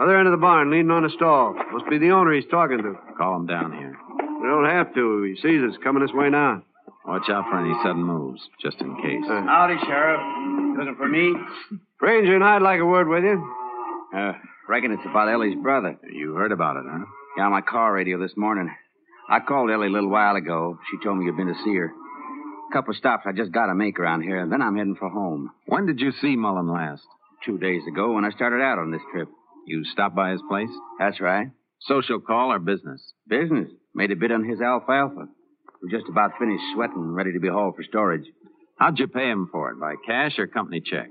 Other end of the barn, leaning on a stall. Must be the owner he's talking to. Call him down here. We don't have to. He sees us coming this way now. Uh. Watch out for any sudden moves, just in case. Howdy, Sheriff. Looking for me? Ranger and I'd like a word with you. Uh, reckon it's about Ellie's brother. You heard about it, huh? Yeah, on my car radio this morning. I called Ellie a little while ago. She told me you'd been to see her. A couple of stops I just got to make around here, and then I'm heading for home. When did you see Mullen last? Two days ago when I started out on this trip. You stopped by his place? That's right. Social call or business? Business. Made a bid on his alfalfa. We just about finished sweating, ready to be hauled for storage. How'd you pay him for it? By cash or company check?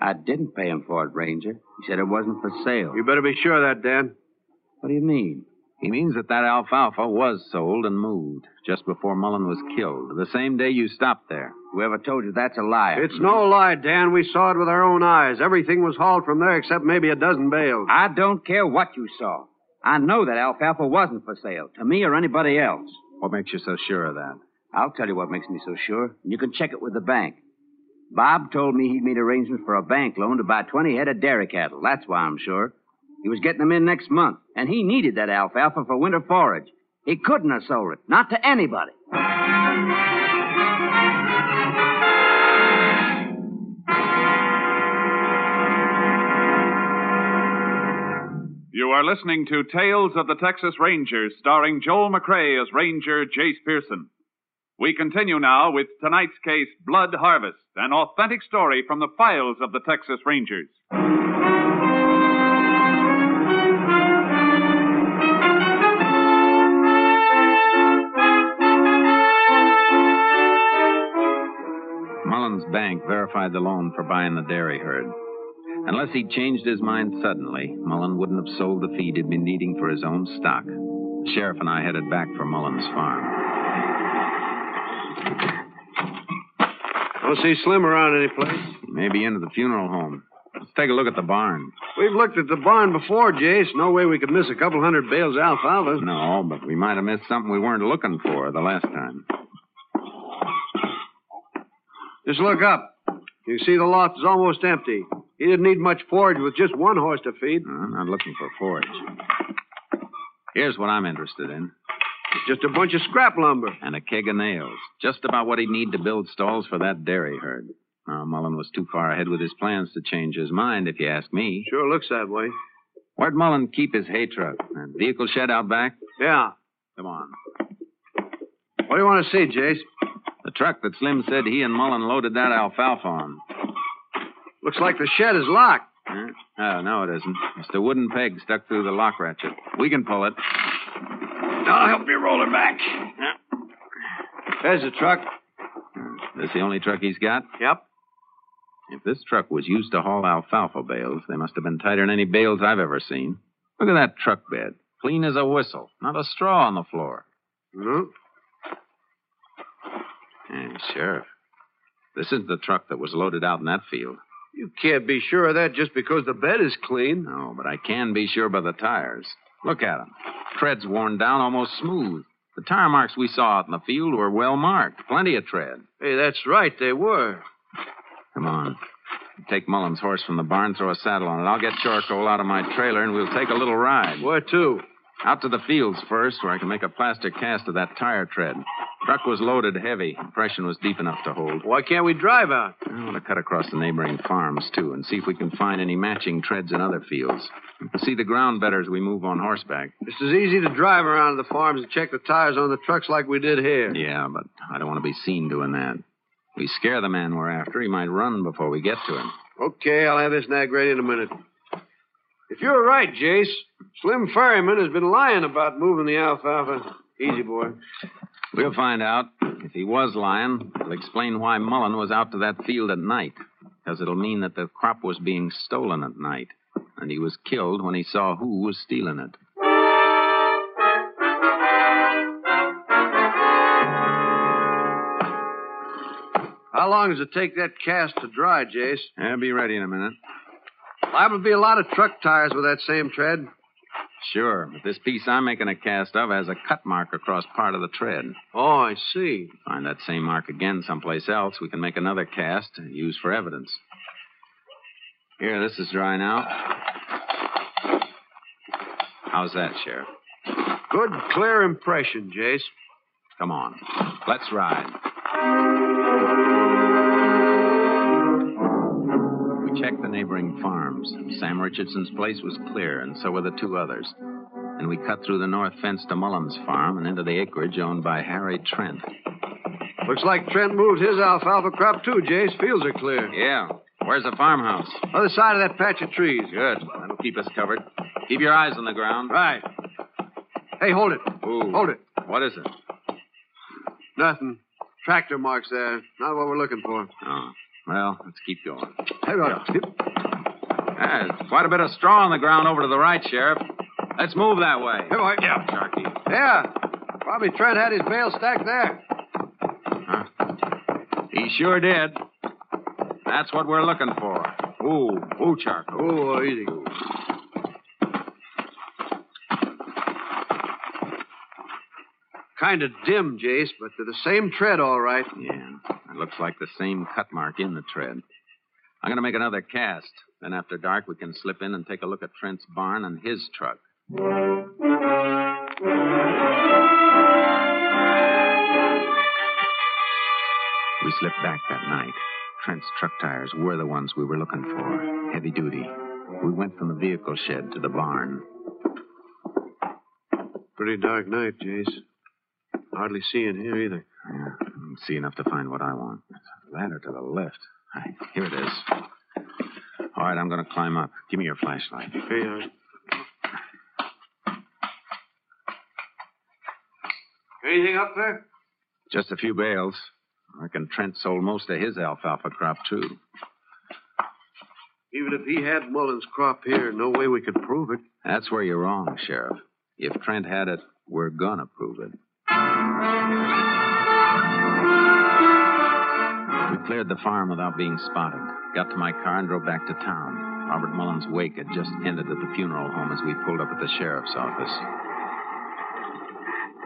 I didn't pay him for it, Ranger. He said it wasn't for sale. You better be sure of that, Dan. What do you mean? He means that that alfalfa was sold and moved just before Mullen was killed, the same day you stopped there. Whoever told you that's a liar. Mm-hmm. It's no lie, Dan. We saw it with our own eyes. Everything was hauled from there except maybe a dozen bales. I don't care what you saw. I know that alfalfa wasn't for sale to me or anybody else. What makes you so sure of that? I'll tell you what makes me so sure. You can check it with the bank. Bob told me he'd made arrangements for a bank loan to buy 20 head of dairy cattle. That's why I'm sure. He was getting them in next month, and he needed that alfalfa for winter forage. He couldn't have sold it, not to anybody. You are listening to Tales of the Texas Rangers, starring Joel McRae as Ranger Jace Pearson. We continue now with tonight's case, Blood Harvest, an authentic story from the files of the Texas Rangers. Mullen's bank verified the loan for buying the dairy herd. Unless he changed his mind suddenly, Mullen wouldn't have sold the feed he'd been needing for his own stock. The sheriff and I headed back for Mullen's farm. Don't see Slim around any place. Maybe into the funeral home. Let's take a look at the barn. We've looked at the barn before, Jace. No way we could miss a couple hundred bales of alfalfa. No, but we might have missed something we weren't looking for the last time. Just look up. You see the loft is almost empty. He didn't need much forage with just one horse to feed. I'm not looking for forage. Here's what I'm interested in. Just a bunch of scrap lumber. And a keg of nails. Just about what he'd need to build stalls for that dairy herd. Now, Mullen was too far ahead with his plans to change his mind, if you ask me. Sure looks that way. Where'd Mullen keep his hay truck? That vehicle shed out back? Yeah. Come on. What do you want to see, Jace? The truck that Slim said he and Mullen loaded that alfalfa on. Looks like the shed is locked. Huh? Oh, no, it isn't. It's a wooden peg stuck through the lock ratchet. We can pull it. I'll help you roll it back. There's the truck. This the only truck he's got? Yep. If this truck was used to haul alfalfa bales, they must have been tighter than any bales I've ever seen. Look at that truck bed. Clean as a whistle. Not a straw on the floor. hmm Hey, Sheriff. This is the truck that was loaded out in that field. You can't be sure of that just because the bed is clean. No, but I can be sure by the tires. Look at 'em. Tread's worn down almost smooth. The tire marks we saw out in the field were well marked. Plenty of tread. Hey, that's right, they were. Come on. Take Mullen's horse from the barn, throw a saddle on it. I'll get charcoal out of my trailer, and we'll take a little ride. Where to? Out to the fields first, where I can make a plaster cast of that tire tread. Truck was loaded heavy. Impression was deep enough to hold. Why can't we drive out? I want to cut across the neighboring farms, too, and see if we can find any matching treads in other fields. We can see the ground better as we move on horseback. It's as easy to drive around to the farms and check the tires on the trucks like we did here. Yeah, but I don't want to be seen doing that. We scare the man we're after. He might run before we get to him. Okay, I'll have this nag ready in a minute. If you're right, Jace, Slim Ferryman has been lying about moving the alfalfa. Easy, boy. We'll find out. If he was lying, it'll explain why Mullen was out to that field at night. Because it'll mean that the crop was being stolen at night. And he was killed when he saw who was stealing it. How long does it take that cast to dry, Jace? Yeah, be ready in a minute. Liable to be a lot of truck tires with that same tread. Sure, but this piece I'm making a cast of has a cut mark across part of the tread. Oh, I see. Find that same mark again someplace else. We can make another cast and use for evidence. Here, this is dry now. How's that, Sheriff? Good, clear impression, Jace. Come on. Let's ride. We checked the neighboring farms. Sam Richardson's place was clear, and so were the two others. And we cut through the north fence to Mullen's farm and into the acreage owned by Harry Trent. Looks like Trent moved his alfalfa crop too, Jace. Fields are clear. Yeah. Where's the farmhouse? Other side of that patch of trees. Good. That'll keep us covered. Keep your eyes on the ground. Right. Hey, hold it. Ooh. Hold it. What is it? Nothing. Tractor marks there. Not what we're looking for. Oh. Well, let's keep going. Hey, well, Ah, there's quite a bit of straw on the ground over to the right, Sheriff. Let's move that way. Hey, boy. Yeah, Sharky. Yeah. Probably Trent had his bale stacked there. He sure did. That's what we're looking for. Ooh, ooh, charcoal. Oh, easy. Kind of dim, Jace, but they're the same tread, all right. Yeah, it looks like the same cut mark in the tread. I'm going to make another cast. Then after dark, we can slip in and take a look at Trent's barn and his truck. We slipped back that night. Trent's truck tires were the ones we were looking for, heavy duty. We went from the vehicle shed to the barn. Pretty dark night, Jace. Hardly seeing here either. Yeah, I don't see enough to find what I want. There's a ladder to the left. Right, here it is. All right, I'm going to climb up. Give me your flashlight. Here you are. Anything up there? Just a few bales. I reckon Trent sold most of his alfalfa crop, too. Even if he had Mullen's crop here, no way we could prove it. That's where you're wrong, Sheriff. If Trent had it, we're going to prove it. We cleared the farm without being spotted, got to my car, and drove back to town. Robert Mullen's wake had just ended at the funeral home as we pulled up at the sheriff's office.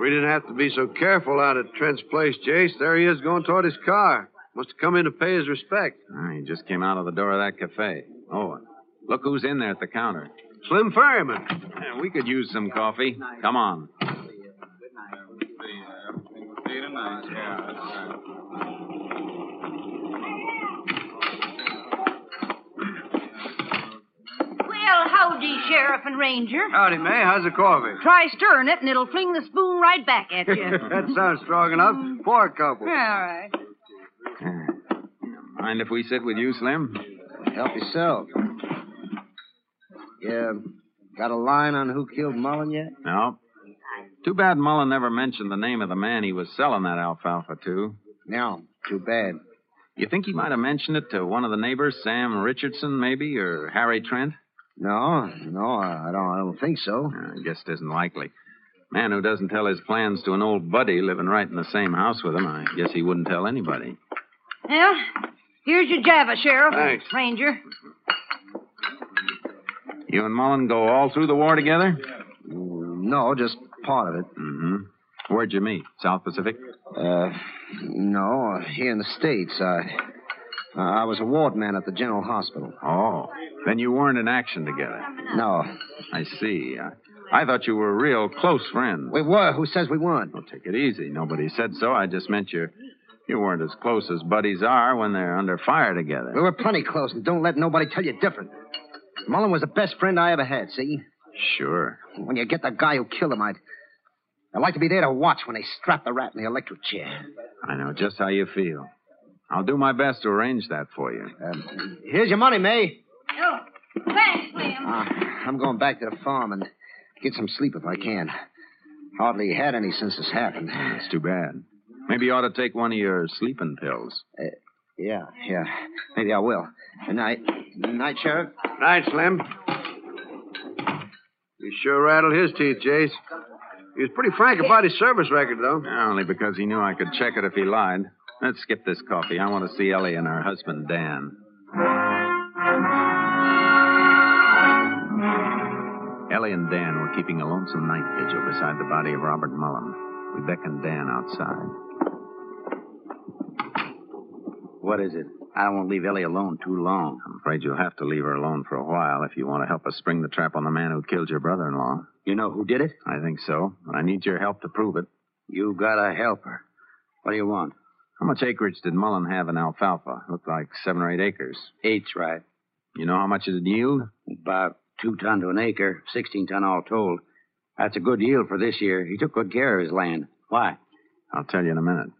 We didn't have to be so careful out at Trent's place, Jace. There he is going toward his car. Must have come in to pay his respect. Ah, he just came out of the door of that cafe. Oh, and look who's in there at the counter. Slim Ferryman. Yeah, we could use some coffee. Come on. Well, howdy, Sheriff and Ranger. Howdy, May. How's the coffee? Try stirring it, and it'll fling the spoon right back at you. that sounds strong enough. Pour a All couple. right. Mind if we sit with you, Slim? Help yourself. Yeah. Got a line on who killed Mullen yet? No. Too bad Mullen never mentioned the name of the man he was selling that alfalfa to. No, too bad. You think he might have mentioned it to one of the neighbors, Sam Richardson, maybe, or Harry Trent? No, no, I don't, I don't think so. Uh, I guess it isn't likely. Man who doesn't tell his plans to an old buddy living right in the same house with him, I guess he wouldn't tell anybody. Well, here's your Java, Sheriff. Thanks. Ranger. You and Mullen go all through the war together? Mm, No, just part of it. Mm-hmm. Where'd you meet? South Pacific? Uh, no, here in the States. I, I was a ward man at the General Hospital. Oh, then you weren't in action together. No. I see. I, I thought you were real close friends. We were. Who says we weren't? Well, take it easy. Nobody said so. I just meant you. You weren't as close as buddies are when they're under fire together. We were plenty close, and don't let nobody tell you different. Mullen was the best friend I ever had, see? Sure. When you get the guy who killed him, I'd, I'd like to be there to watch when they strap the rat in the electric chair. I know just how you feel. I'll do my best to arrange that for you. Here's your money, May. Oh, thanks, Slim. Uh, I'm going back to the farm and get some sleep if I can. Hardly had any since this happened. That's too bad. Maybe you ought to take one of your sleeping pills. Uh, Yeah, yeah. Maybe I will. Good night. Good night, Sheriff. Night, Slim. He sure rattled his teeth, Jace. He was pretty frank about his service record, though. Yeah, only because he knew I could check it if he lied. Let's skip this coffee. I want to see Ellie and her husband, Dan. Ellie and Dan were keeping a lonesome night vigil beside the body of Robert Mullen. We beckoned Dan outside. What is it? I don't want to leave Ellie alone too long. I'm afraid you'll have to leave her alone for a while if you want to help us spring the trap on the man who killed your brother in law. You know who did it? I think so. I need your help to prove it. You gotta help her. What do you want? How much acreage did Mullen have in alfalfa? Looked like seven or eight acres. Eight's right. You know how much it yield? About two ton to an acre, 16 ton all told. That's a good yield for this year. He took good care of his land. Why? I'll tell you in a minute.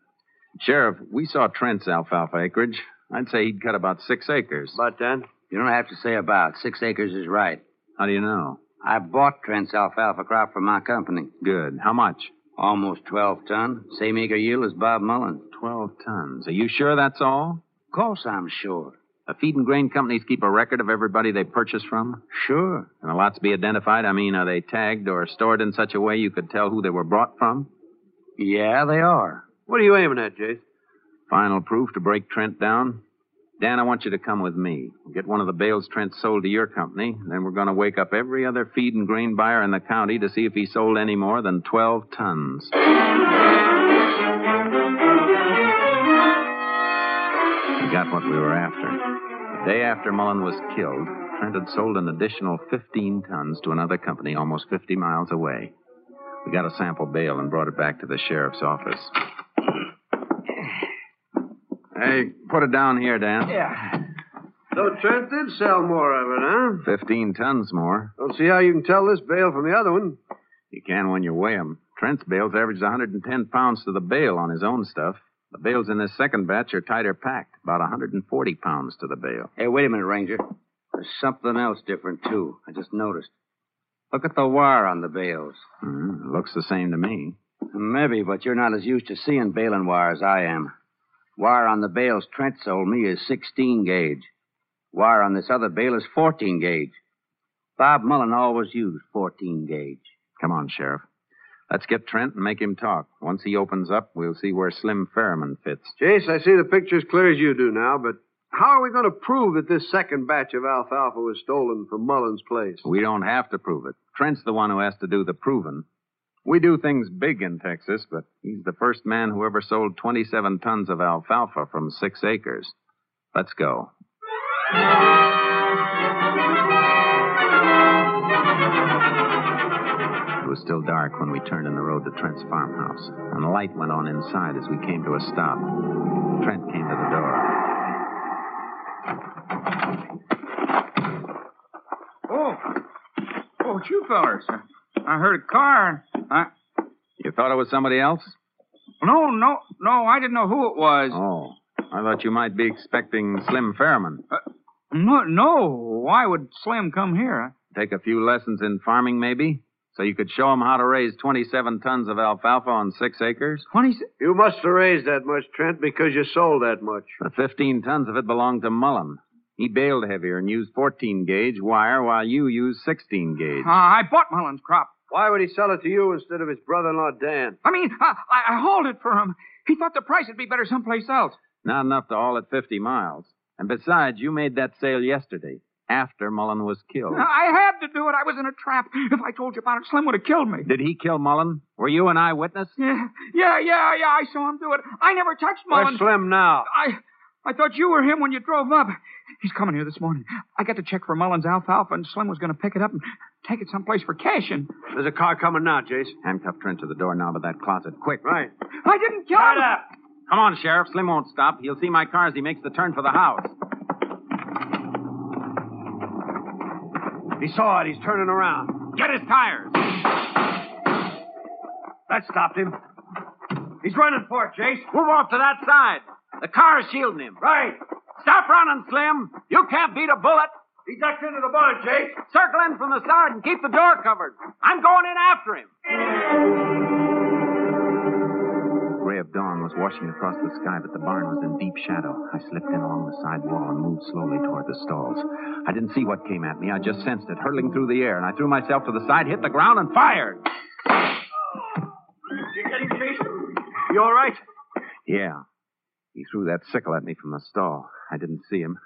Sheriff, we saw Trent's alfalfa acreage. I'd say he'd cut about six acres. About then? uh, You don't have to say about. Six acres is right. How do you know? I bought Trent's alfalfa crop from my company. Good. How much? Almost 12 ton. Same acre yield as Bob Mullen. 12 tons. Are you sure that's all? Of course I'm sure. The feed and grain companies keep a record of everybody they purchase from? Sure. Can the lots be identified? I mean, are they tagged or stored in such a way you could tell who they were brought from? Yeah, they are. What are you aiming at, Jace? Final proof to break Trent down? Dan, I want you to come with me. We'll get one of the bales Trent sold to your company, and then we're going to wake up every other feed and grain buyer in the county to see if he sold any more than 12 tons. We got what we were after. The day after Mullen was killed, Trent had sold an additional 15 tons to another company almost 50 miles away. We got a sample bale and brought it back to the sheriff's office. Hey, put it down here, Dan. Yeah. So Trent did sell more of it, huh? 15 tons more. Don't see how you can tell this bale from the other one. You can when you weigh 'em. Trent's bales averaged 110 pounds to the bale on his own stuff. The bales in this second batch are tighter packed, about 140 pounds to the bale. Hey, wait a minute, Ranger. There's something else different, too. I just noticed. Look at the wire on the bales. Mm, looks the same to me. Maybe, but you're not as used to seeing baling wire as I am. Wire on the bales Trent sold me is 16 gauge. Wire on this other bale is 14 gauge. Bob Mullen always used 14 gauge. Come on, Sheriff. Let's get Trent and make him talk. Once he opens up, we'll see where Slim Ferriman fits. Jace, I see the picture as clear as you do now, but how are we going to prove that this second batch of alfalfa was stolen from Mullen's place? We don't have to prove it. Trent's the one who has to do the proving. We do things big in Texas, but he's the first man who ever sold 27 tons of alfalfa from six acres. Let's go. It was still dark when we turned in the road to Trent's farmhouse, and a light went on inside as we came to a stop. Trent came to the door. Oh, oh, it's you fellers. I heard a car. I... You thought it was somebody else? No, no, no, I didn't know who it was. Oh, I thought you might be expecting Slim Fairman. Uh, No, no, why would Slim come here? Take a few lessons in farming, maybe? So you could show them how to raise 27 tons of alfalfa on six acres? 20. You must have raised that much, Trent, because you sold that much. The 15 tons of it belonged to Mullen. He baled heavier and used 14 gauge wire while you used 16 gauge. Uh, I bought Mullen's crop. Why would he sell it to you instead of his brother-in-law, Dan? I mean, uh, I, I hauled it for him. He thought the price would be better someplace else. Not enough to haul it 50 miles. And besides, you made that sale yesterday, after Mullen was Oh. killed. I had to do it. I was in a trap. If I told you about it, Slim Ah, would have killed me. Did he kill Mullen? Were you an eyewitness? Yeah, yeah, yeah, yeah. I saw him do it. I never touched Mullen. Where's Slim now? I, I thought you were him when you drove up. He's coming here this morning. I got to check for Mullen's alfalfa, and Slim was going to pick it up and take it someplace for cash. And There's a car coming now, Jason. Handcuff Trent to the doorknob of that closet, quick. Right. I didn't kill him. up! Come on, Sheriff. Slim won't stop. He'll see my car as he makes the turn for the house. He saw it. He's turning around. Get his tires. That stopped him. He's running for it, Jason. Move off to that side. The car is shielding him. Right. Stop running, Slim. You can't beat a bullet. He ducked into the barn, Jason. Circle in from the side and keep the door covered. I'm going in after him. ray of dawn was washing across the sky, but the barn was in deep shadow. I slipped in along the side wall and moved slowly toward the stalls. I didn't see what came at me. I just sensed it hurtling through the air, and I threw myself to the side, hit the ground, and fired. You get him, Jason? You all right? Yeah. He threw that sickle at me from the stall. I didn't see him.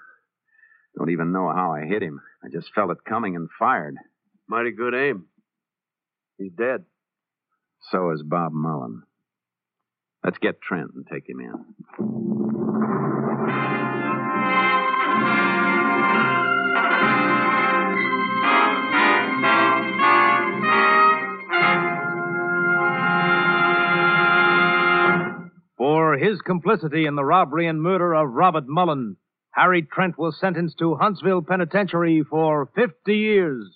Don't even know how I hit him. I just felt it coming and fired. Mighty good aim. He's dead. So is Bob Mullen. Let's get Trent and take him in. For his complicity in the robbery and murder of Robert Mullen, Harry Trent was sentenced to Huntsville Penitentiary for 50 years.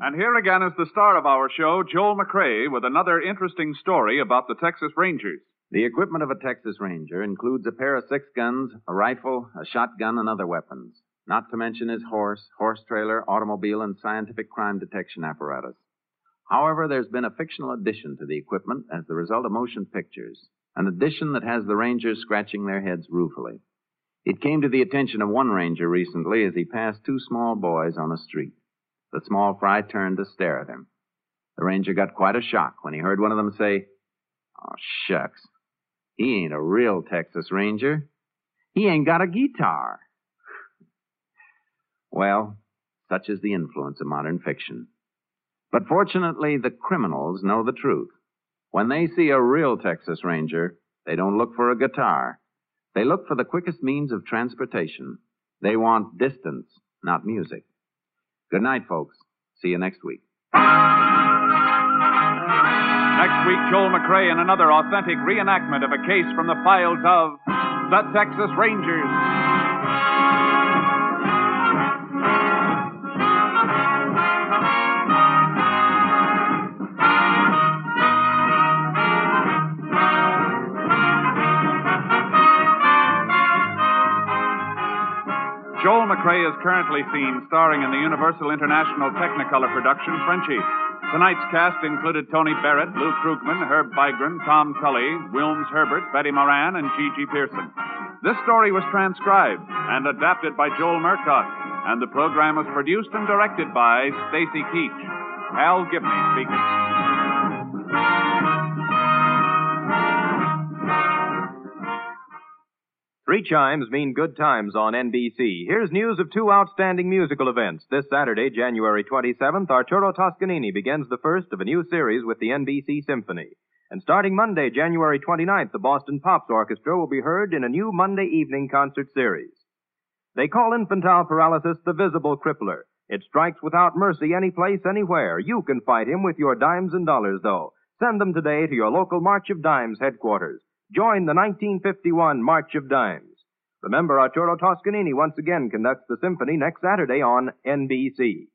And here again is the star of our show, Joel McRae, with another interesting story about the Texas Rangers. The equipment of a Texas Ranger includes a pair of six guns, a rifle, a shotgun, and other weapons, not to mention his horse, horse trailer, automobile, and scientific crime detection apparatus. However, there's been a fictional addition to the equipment as the result of motion pictures, an addition that has the Rangers scratching their heads ruefully. It came to the attention of one Ranger recently as he passed two small boys on the street. The small fry turned to stare at him. The Ranger got quite a shock when he heard one of them say, Oh, shucks. He ain't a real Texas Ranger. He ain't got a guitar. Well, such is the influence of modern fiction. But fortunately, the criminals know the truth. When they see a real Texas Ranger, they don't look for a guitar. They look for the quickest means of transportation. They want distance, not music. Good night, folks. See you next week. Next week, Joel McRae in another authentic reenactment of a case from the files of the Texas Rangers. Joel McRae is currently seen starring in the Universal International Technicolor production, Frenchie. Tonight's cast included Tony Barrett, Lou Krugman, Herb Bygren, Tom Tully, Wilms Herbert, Betty Moran, and Gigi Pearson. This story was transcribed and adapted by Joel Murcott, and the program was produced and directed by Stacy Keach. Al Gibney speaking. Three chimes mean good times on NBC. Here's news of two outstanding musical events. This Saturday, January 27th, Arturo Toscanini begins the first of a new series with the NBC Symphony. And starting Monday, January 29th, the Boston Pops Orchestra will be heard in a new Monday evening concert series. They call infantile paralysis the visible crippler. It strikes without mercy any place, anywhere. You can fight him with your dimes and dollars, though. Send them today to your local March of Dimes headquarters. Join the 1951 March of Dimes. Remember, Arturo Toscanini once again conducts the symphony next Saturday on NBC.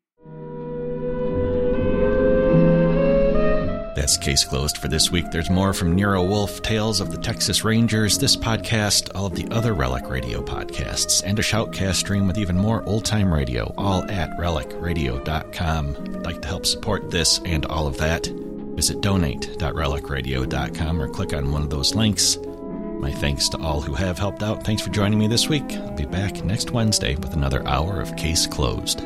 That's case closed for this week. There's more from Nero Wolf, Tales of the Texas Rangers, this podcast, all of the other Relic Radio podcasts, and a shoutcast stream with even more old time radio, all at relicradio.com. Like to help support this and all of that? Visit donate.relicradio.com or click on one of those links. My thanks to all who have helped out. Thanks for joining me this week. I'll be back next Wednesday with another hour of Case Closed.